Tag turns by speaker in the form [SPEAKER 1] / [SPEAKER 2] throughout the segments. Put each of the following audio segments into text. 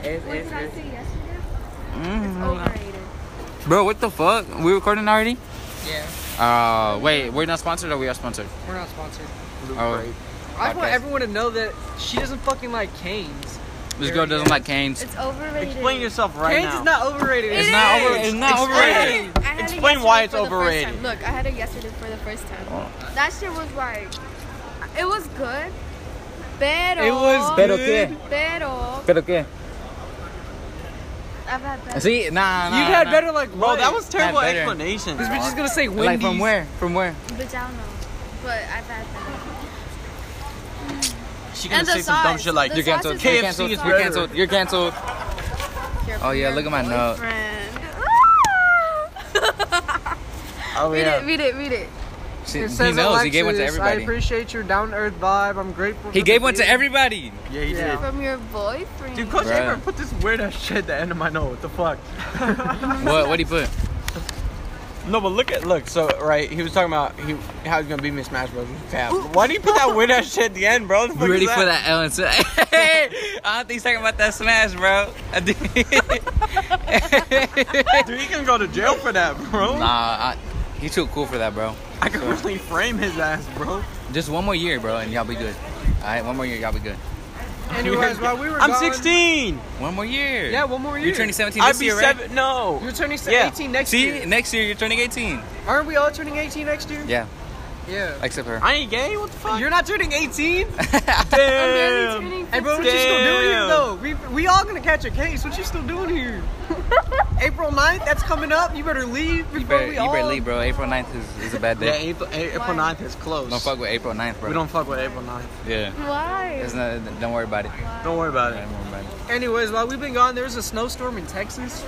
[SPEAKER 1] I see yesterday? It's
[SPEAKER 2] Mm,
[SPEAKER 1] overrated.
[SPEAKER 2] bro, what the fuck? We recording already?
[SPEAKER 3] Yeah,
[SPEAKER 2] Uh, wait, we're not sponsored or we are sponsored?
[SPEAKER 3] we're not sponsored.
[SPEAKER 2] Oh,
[SPEAKER 3] I just want
[SPEAKER 2] Podcast.
[SPEAKER 3] everyone to know that she doesn't fucking like Canes.
[SPEAKER 2] this
[SPEAKER 3] There
[SPEAKER 2] girl
[SPEAKER 3] it
[SPEAKER 2] doesn't
[SPEAKER 3] is.
[SPEAKER 2] like canes.
[SPEAKER 1] It's overrated.
[SPEAKER 4] Explain yourself right
[SPEAKER 3] Canes
[SPEAKER 4] now.
[SPEAKER 3] is not overrated.
[SPEAKER 1] It
[SPEAKER 2] It's not
[SPEAKER 1] is.
[SPEAKER 2] over. It's not
[SPEAKER 1] I had
[SPEAKER 2] overrated.
[SPEAKER 1] it- I had it
[SPEAKER 4] Explain why
[SPEAKER 1] yesterday
[SPEAKER 4] it's
[SPEAKER 1] for the first
[SPEAKER 4] overrated.
[SPEAKER 1] time. Look, I had it yesterday for the first time.
[SPEAKER 2] Oh.
[SPEAKER 1] That shit was like, it was good, pero.
[SPEAKER 3] It was
[SPEAKER 2] Pero qué?
[SPEAKER 1] Pero.
[SPEAKER 2] Pero qué?
[SPEAKER 1] I've had that.
[SPEAKER 2] See, nah, nah.
[SPEAKER 3] You've had
[SPEAKER 2] nah.
[SPEAKER 3] better like.
[SPEAKER 4] Bro,
[SPEAKER 3] what?
[SPEAKER 4] that was terrible
[SPEAKER 2] better.
[SPEAKER 4] explanation.
[SPEAKER 3] This bitch is gonna say Wendy's.
[SPEAKER 2] Like from where? From where?
[SPEAKER 1] But I don't know. But I've had that.
[SPEAKER 4] She gonna
[SPEAKER 1] And the
[SPEAKER 4] say some dumb
[SPEAKER 1] sauce.
[SPEAKER 4] shit like
[SPEAKER 1] The
[SPEAKER 2] You're canceled.
[SPEAKER 1] sauce is
[SPEAKER 2] You're
[SPEAKER 1] better.
[SPEAKER 2] canceled.
[SPEAKER 1] KFC is
[SPEAKER 2] You're
[SPEAKER 1] better.
[SPEAKER 2] canceled. You're canceled.
[SPEAKER 1] Your-
[SPEAKER 2] Oh, yeah,
[SPEAKER 1] your
[SPEAKER 2] look at my note.
[SPEAKER 1] boyfriend.
[SPEAKER 4] Oh
[SPEAKER 1] read
[SPEAKER 4] yeah.
[SPEAKER 1] it, read it, read it.
[SPEAKER 2] She, he knows. He gave one to
[SPEAKER 3] I
[SPEAKER 2] everybody.
[SPEAKER 3] appreciate your down to earth vibe. I'm grateful.
[SPEAKER 2] He gave one to everybody.
[SPEAKER 4] Yeah, he
[SPEAKER 3] Yeah.
[SPEAKER 1] From your boyfriend.
[SPEAKER 4] did. Dude, Coach
[SPEAKER 2] Bruh.
[SPEAKER 4] Abraham put this weird ass shit at the end of my note. What the fuck?
[SPEAKER 2] What? What would he put?
[SPEAKER 4] no, but look at look. So right, he was talking about he how he's gonna beat me in Smash Bros. Cap. Why do you put that weird ass shit at the end, bro? What the
[SPEAKER 2] We
[SPEAKER 4] fuck
[SPEAKER 2] ready
[SPEAKER 4] is
[SPEAKER 2] for that L and Hey, I don't think he's talking about that smash, bro.
[SPEAKER 4] Dude, he can go to jail for that, bro.
[SPEAKER 2] nah, I, he's too cool for that, bro.
[SPEAKER 4] I could really frame his ass, bro.
[SPEAKER 2] Just one more year, bro, and y'all be good. All right, one more year, y'all be good.
[SPEAKER 3] Anyways, while we were
[SPEAKER 4] I'm
[SPEAKER 3] gone-
[SPEAKER 4] 16.
[SPEAKER 2] One more year.
[SPEAKER 3] Yeah, one more year.
[SPEAKER 2] You're turning 17
[SPEAKER 4] I'd
[SPEAKER 2] this
[SPEAKER 4] be
[SPEAKER 2] year, right?
[SPEAKER 4] seven. No.
[SPEAKER 3] You're turning se-
[SPEAKER 4] Yeah.
[SPEAKER 3] 18 next
[SPEAKER 2] See,
[SPEAKER 3] year.
[SPEAKER 2] next year you're turning 18.
[SPEAKER 3] Aren't we all turning 18 next year?
[SPEAKER 2] Yeah,
[SPEAKER 3] Yeah.
[SPEAKER 2] except her.
[SPEAKER 4] I ain't gay. What the fuck?
[SPEAKER 3] You're not turning 18.
[SPEAKER 1] I'm barely
[SPEAKER 4] Damn.
[SPEAKER 1] turning
[SPEAKER 3] Hey, bro, what you
[SPEAKER 4] Damn.
[SPEAKER 3] still doing here, though? We, we all gonna catch a case. What you still doing here? April 9th, that's coming up. You better leave before
[SPEAKER 2] you better,
[SPEAKER 3] we
[SPEAKER 2] you
[SPEAKER 3] all...
[SPEAKER 2] better leave, bro. April 9th is, is a bad
[SPEAKER 4] Yeah,
[SPEAKER 2] day.
[SPEAKER 4] April, A- April
[SPEAKER 1] Why?
[SPEAKER 4] 9th is close.
[SPEAKER 2] Don't fuck with April 9th, bro.
[SPEAKER 4] We don't fuck with April 9th.
[SPEAKER 2] Yeah.
[SPEAKER 1] 15. Why?
[SPEAKER 2] It's not, don't worry about it.
[SPEAKER 4] Don't worry about it.
[SPEAKER 2] Don't worry about it.
[SPEAKER 3] Anyways, while we've been gone, there's a snowstorm in Texas.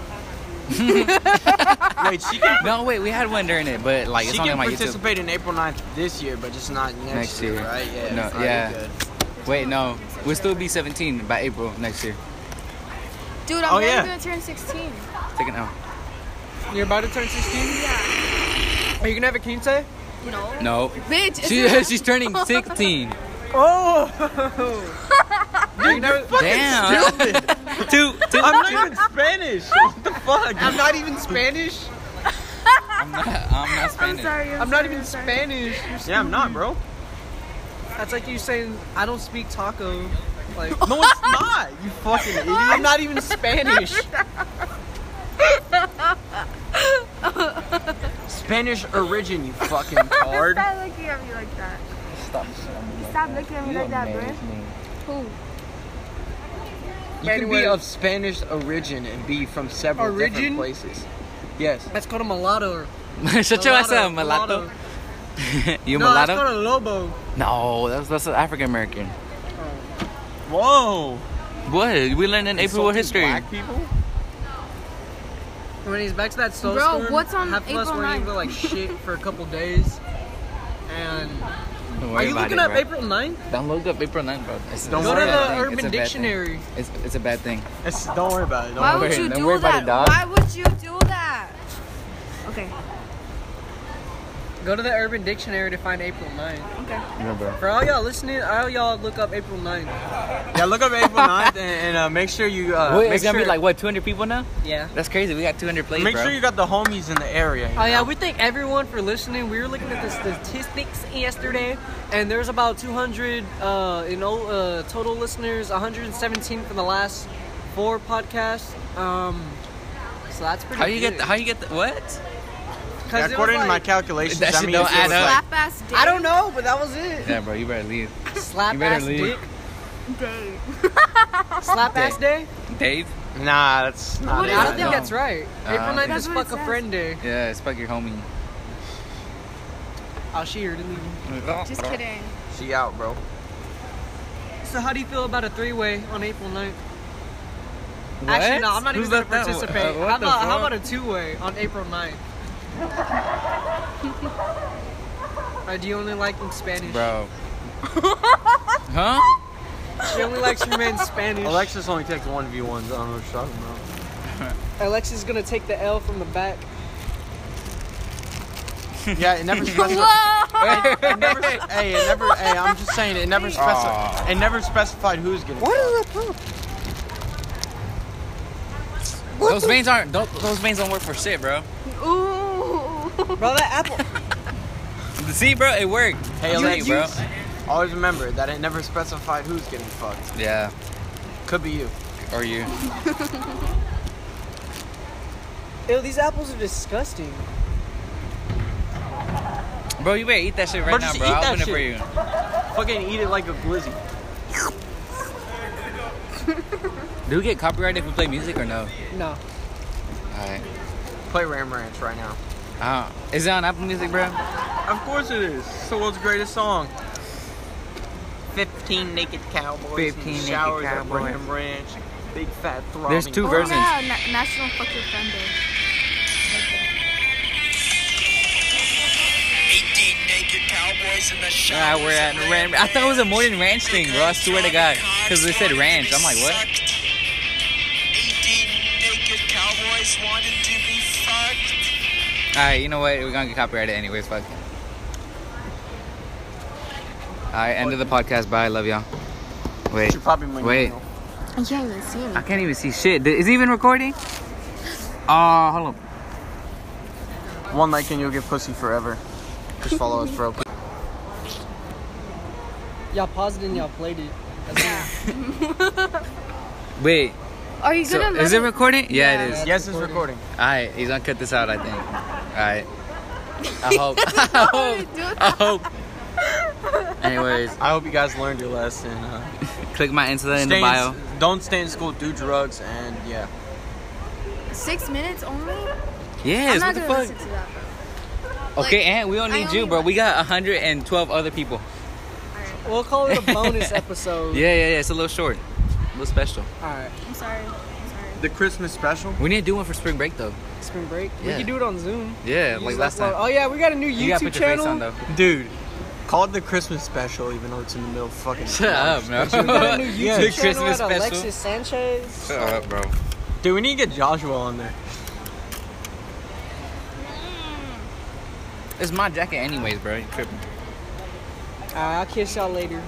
[SPEAKER 4] Wait, she can,
[SPEAKER 2] No, wait, we had one during it, but like
[SPEAKER 4] she
[SPEAKER 2] it's
[SPEAKER 4] can
[SPEAKER 2] only on my YouTube.
[SPEAKER 4] participate in April 9th this year, but just not next,
[SPEAKER 2] Next
[SPEAKER 4] year,
[SPEAKER 2] year.
[SPEAKER 4] right? Yeah.
[SPEAKER 2] No,
[SPEAKER 4] it's not
[SPEAKER 2] yeah.
[SPEAKER 4] good.
[SPEAKER 2] Wait, no, we'll still be 17 by April next year.
[SPEAKER 1] Dude, I'm
[SPEAKER 4] Oh,
[SPEAKER 1] barely
[SPEAKER 4] yeah.
[SPEAKER 1] gonna turn 16.
[SPEAKER 2] Take an L.
[SPEAKER 3] You're about to turn 16?
[SPEAKER 1] Yeah.
[SPEAKER 3] Are you gonna have a quince?
[SPEAKER 1] No.
[SPEAKER 2] No,
[SPEAKER 1] Bitch.
[SPEAKER 2] she, she's turning 16.
[SPEAKER 3] Oh! Dude, never,
[SPEAKER 2] Damn. two, two.
[SPEAKER 4] I'm not even Spanish. What the fuck?
[SPEAKER 3] I'm not even Spanish.
[SPEAKER 2] I'm not, I'm not
[SPEAKER 1] I'm
[SPEAKER 2] Spanish.
[SPEAKER 1] sorry. I'm,
[SPEAKER 3] I'm not
[SPEAKER 1] sorry,
[SPEAKER 3] even
[SPEAKER 1] I'm sorry.
[SPEAKER 3] Spanish.
[SPEAKER 4] yeah, I'm not, bro.
[SPEAKER 3] That's like you saying I don't speak taco. Like
[SPEAKER 4] No, it's not. You fucking idiot.
[SPEAKER 3] I'm not even Spanish.
[SPEAKER 4] Spanish origin, you fucking tard.
[SPEAKER 1] Stop looking at me like that. Stop looking at me like that, bro. Who?
[SPEAKER 4] You can be of Spanish origin and be from several
[SPEAKER 3] Origin?
[SPEAKER 4] different places. Yes.
[SPEAKER 3] That's called a mulatto.
[SPEAKER 2] Shut your ass up, mulatto. you
[SPEAKER 3] No, that's
[SPEAKER 2] mulatto?
[SPEAKER 3] called a lobo.
[SPEAKER 2] No, that's that's an African American.
[SPEAKER 4] Whoa.
[SPEAKER 2] What? We learned in April
[SPEAKER 4] Insulting
[SPEAKER 2] history.
[SPEAKER 4] Black people?
[SPEAKER 3] When he's back to that
[SPEAKER 1] Bro,
[SPEAKER 3] snowstorm,
[SPEAKER 1] what's on
[SPEAKER 3] half of us
[SPEAKER 1] April
[SPEAKER 3] weren't
[SPEAKER 1] 9th?
[SPEAKER 3] even like shit for a couple days. And
[SPEAKER 2] Don't
[SPEAKER 3] are
[SPEAKER 2] worry
[SPEAKER 3] you
[SPEAKER 2] about
[SPEAKER 3] looking
[SPEAKER 2] it,
[SPEAKER 3] up
[SPEAKER 2] bro.
[SPEAKER 3] April 9th?
[SPEAKER 2] Don't look up April 9th, bro. It's,
[SPEAKER 4] Don't
[SPEAKER 2] it's
[SPEAKER 3] Go
[SPEAKER 2] a
[SPEAKER 3] to
[SPEAKER 4] worry
[SPEAKER 2] bad
[SPEAKER 4] about
[SPEAKER 3] the
[SPEAKER 2] thing. It's a
[SPEAKER 3] Urban
[SPEAKER 2] bad thing.
[SPEAKER 3] Dictionary.
[SPEAKER 2] It's, it's a bad thing.
[SPEAKER 4] It's, don't worry about it. Don't
[SPEAKER 1] Why
[SPEAKER 4] worry.
[SPEAKER 1] would
[SPEAKER 2] worry,
[SPEAKER 1] you
[SPEAKER 2] don't
[SPEAKER 1] do
[SPEAKER 2] worry about
[SPEAKER 1] that?
[SPEAKER 2] it, dog.
[SPEAKER 1] Why would you do that? Okay.
[SPEAKER 3] Go to the Urban Dictionary to find April 9th.
[SPEAKER 1] Okay.
[SPEAKER 2] Yeah, bro.
[SPEAKER 3] For all y'all listening, all y'all look up April 9th.
[SPEAKER 4] Yeah, look up April 9th and, and uh, make sure you uh,
[SPEAKER 2] Wait,
[SPEAKER 4] make
[SPEAKER 2] it's gonna
[SPEAKER 4] sure,
[SPEAKER 2] be like what 200 people now?
[SPEAKER 3] Yeah.
[SPEAKER 2] That's crazy. We got 200 plays,
[SPEAKER 4] make
[SPEAKER 2] bro.
[SPEAKER 4] sure you got the homies in the area. you
[SPEAKER 3] Oh yeah,
[SPEAKER 4] know?
[SPEAKER 3] we thank everyone for listening. We were looking at the statistics yesterday, and there's about 200 uh, in all, uh, total listeners, 117 from the last four podcasts. Um, so that's pretty.
[SPEAKER 2] how you get?
[SPEAKER 3] good.
[SPEAKER 2] How you get? The, what?
[SPEAKER 3] Because
[SPEAKER 4] Yeah,
[SPEAKER 3] it was
[SPEAKER 4] according to my
[SPEAKER 3] like-
[SPEAKER 4] calculations,
[SPEAKER 2] That
[SPEAKER 4] I
[SPEAKER 2] shit
[SPEAKER 4] mean,
[SPEAKER 2] don't
[SPEAKER 4] if it was
[SPEAKER 2] add
[SPEAKER 4] like,
[SPEAKER 2] up.
[SPEAKER 1] Slap ass dick.
[SPEAKER 3] I don't know, but that was it.
[SPEAKER 2] Yeah, bro. You better leave.
[SPEAKER 3] Slap
[SPEAKER 2] You better
[SPEAKER 3] ass
[SPEAKER 2] leave.
[SPEAKER 1] Day.
[SPEAKER 3] dick. Slap ass day.
[SPEAKER 2] Dave.
[SPEAKER 4] nah, that's not.
[SPEAKER 1] What
[SPEAKER 3] I
[SPEAKER 1] is
[SPEAKER 3] don't
[SPEAKER 1] it?
[SPEAKER 3] think that's right. April
[SPEAKER 2] Uh,
[SPEAKER 3] 9th
[SPEAKER 1] That's
[SPEAKER 3] is
[SPEAKER 1] what it
[SPEAKER 3] fuck a
[SPEAKER 1] says.
[SPEAKER 3] friend day.
[SPEAKER 2] Yeah, it's fuck your homie.
[SPEAKER 3] Oh, she already leaving.
[SPEAKER 1] Just kidding.
[SPEAKER 4] She out, bro.
[SPEAKER 3] So how do you feel about a three-way on April 9th?
[SPEAKER 2] What?
[SPEAKER 3] Actually, no, I'm not
[SPEAKER 2] Who's
[SPEAKER 3] even gonna
[SPEAKER 2] left that one?
[SPEAKER 3] participate.
[SPEAKER 2] Uh, what
[SPEAKER 3] how,
[SPEAKER 2] the
[SPEAKER 3] about, how about
[SPEAKER 2] fuck?
[SPEAKER 3] a two-way on April 9th? Or do you only like in Spanish?
[SPEAKER 2] Bro. huh?
[SPEAKER 3] She only likes her man Spanish.
[SPEAKER 4] Alexis only takes one v ones. I don't know what you're talking about.
[SPEAKER 3] Alexa's gonna take the L from the back.
[SPEAKER 4] Yeah, it never specified.
[SPEAKER 1] Whoa!
[SPEAKER 4] it never, hey, it never. Hey, I'm just saying, it never specified. It never specified who's gonna.
[SPEAKER 3] What is that?
[SPEAKER 2] Those veins aren't. Don't, those veins don't work for shit, bro.
[SPEAKER 1] Ooh.
[SPEAKER 3] Bro, that apple.
[SPEAKER 2] See, bro, it worked.
[SPEAKER 4] Hey,
[SPEAKER 2] I'm telling
[SPEAKER 4] Alex.
[SPEAKER 2] you, bro.
[SPEAKER 4] Always remember that it never specified who's getting fucked.
[SPEAKER 2] Yeah,
[SPEAKER 4] Could be you.
[SPEAKER 2] or you.
[SPEAKER 3] Ew, these apples are disgusting.
[SPEAKER 2] Bro, you better eat that shit right
[SPEAKER 4] Bro,
[SPEAKER 2] now,
[SPEAKER 4] just
[SPEAKER 2] bro.
[SPEAKER 4] eat
[SPEAKER 2] I'll
[SPEAKER 4] that
[SPEAKER 2] open it for
[SPEAKER 4] shit.
[SPEAKER 2] you.
[SPEAKER 4] Fucking eat it like a glizzy.
[SPEAKER 2] Do we get copyrighted if we play music or no?
[SPEAKER 3] No.
[SPEAKER 2] Alright.
[SPEAKER 4] Play Ram Ranch right now.
[SPEAKER 2] Uh, is it on Apple Music, bro?
[SPEAKER 4] Of course it is. It's the world's greatest song. 15 naked cowboys.
[SPEAKER 2] 15 naked cowboys.
[SPEAKER 4] Ram Ranch. Big fat throbbing.
[SPEAKER 2] There's two
[SPEAKER 1] Oh,
[SPEAKER 2] versions.
[SPEAKER 1] yeah, na- National Fuck Your Friend Day.
[SPEAKER 5] 18 naked cowboys in the
[SPEAKER 2] Ah,
[SPEAKER 5] shower.
[SPEAKER 2] we're at Ranch. I thought it was a morning ranch thing, bro. I swear to God. Because they said ranch. I'm like, what?
[SPEAKER 5] 18 naked cowboys wanted to be fucked.
[SPEAKER 2] Alright, you know what? We're gonna get copyrighted anyways, fuck. it. Alright, end of the podcast. Bye. Love y'all. Wait.
[SPEAKER 4] Should probably make
[SPEAKER 2] Wait.
[SPEAKER 4] me know.
[SPEAKER 1] I can't even see
[SPEAKER 2] I
[SPEAKER 1] him.
[SPEAKER 2] can't even see shit. Is it even recording? Oh, hold on.
[SPEAKER 4] One like and you'll get pussy forever. Just follow us, bro.
[SPEAKER 3] Y'all paused it and y'all played it. That's
[SPEAKER 2] Wait.
[SPEAKER 1] Are you
[SPEAKER 2] So,
[SPEAKER 1] gonna let
[SPEAKER 2] is it recording? Yeah, it
[SPEAKER 1] Yeah.
[SPEAKER 2] is.
[SPEAKER 4] Yes, it's recording.
[SPEAKER 2] Alright, he's gonna cut this out, I think. Alright. I hope. I
[SPEAKER 1] No,
[SPEAKER 2] hope.
[SPEAKER 1] dude.
[SPEAKER 2] I hope. Anyways,
[SPEAKER 4] I hope you guys learned your lesson. Uh,
[SPEAKER 2] click my Insta in
[SPEAKER 4] stay
[SPEAKER 2] the bio.
[SPEAKER 4] s- don't stay in school, do drugs, and yeah.
[SPEAKER 1] Six minutes only? I'm
[SPEAKER 2] Yes,
[SPEAKER 1] not
[SPEAKER 2] what the
[SPEAKER 1] gonna
[SPEAKER 2] fuck?
[SPEAKER 1] listen to that,
[SPEAKER 2] Okay, and we don't
[SPEAKER 1] I
[SPEAKER 2] need
[SPEAKER 1] only
[SPEAKER 2] you, bro.
[SPEAKER 1] want-
[SPEAKER 2] We got 112 other people.
[SPEAKER 1] Alright,
[SPEAKER 3] it. We'll call it a bonus episode.
[SPEAKER 2] Yeah, yeah, yeah. It's a little short, a little special.
[SPEAKER 3] Alright.
[SPEAKER 1] I'm sorry. I'm sorry.
[SPEAKER 4] The Christmas special.
[SPEAKER 2] We need to do one for spring break though.
[SPEAKER 3] Spring break.
[SPEAKER 2] Yeah.
[SPEAKER 3] We can do it on Zoom.
[SPEAKER 2] Yeah,
[SPEAKER 3] You
[SPEAKER 2] like
[SPEAKER 3] just
[SPEAKER 2] last
[SPEAKER 3] upload-
[SPEAKER 2] time.
[SPEAKER 3] Oh yeah, we got a new
[SPEAKER 2] you gotta
[SPEAKER 3] YouTube
[SPEAKER 2] put your
[SPEAKER 3] channel.
[SPEAKER 2] face on though.
[SPEAKER 4] Dude, call it the Christmas special even though it's in the middle of fucking
[SPEAKER 2] Shut up, bro.
[SPEAKER 3] We got a new
[SPEAKER 4] Yeah.
[SPEAKER 3] YouTube
[SPEAKER 4] The
[SPEAKER 3] channel at Alexis Sanchez.
[SPEAKER 2] Shut up, bro.
[SPEAKER 4] Dude, we need to get Joshua on there.
[SPEAKER 2] It's my jacket, anyways, bro. You tripping?
[SPEAKER 3] Alright, I'll kiss y'all later.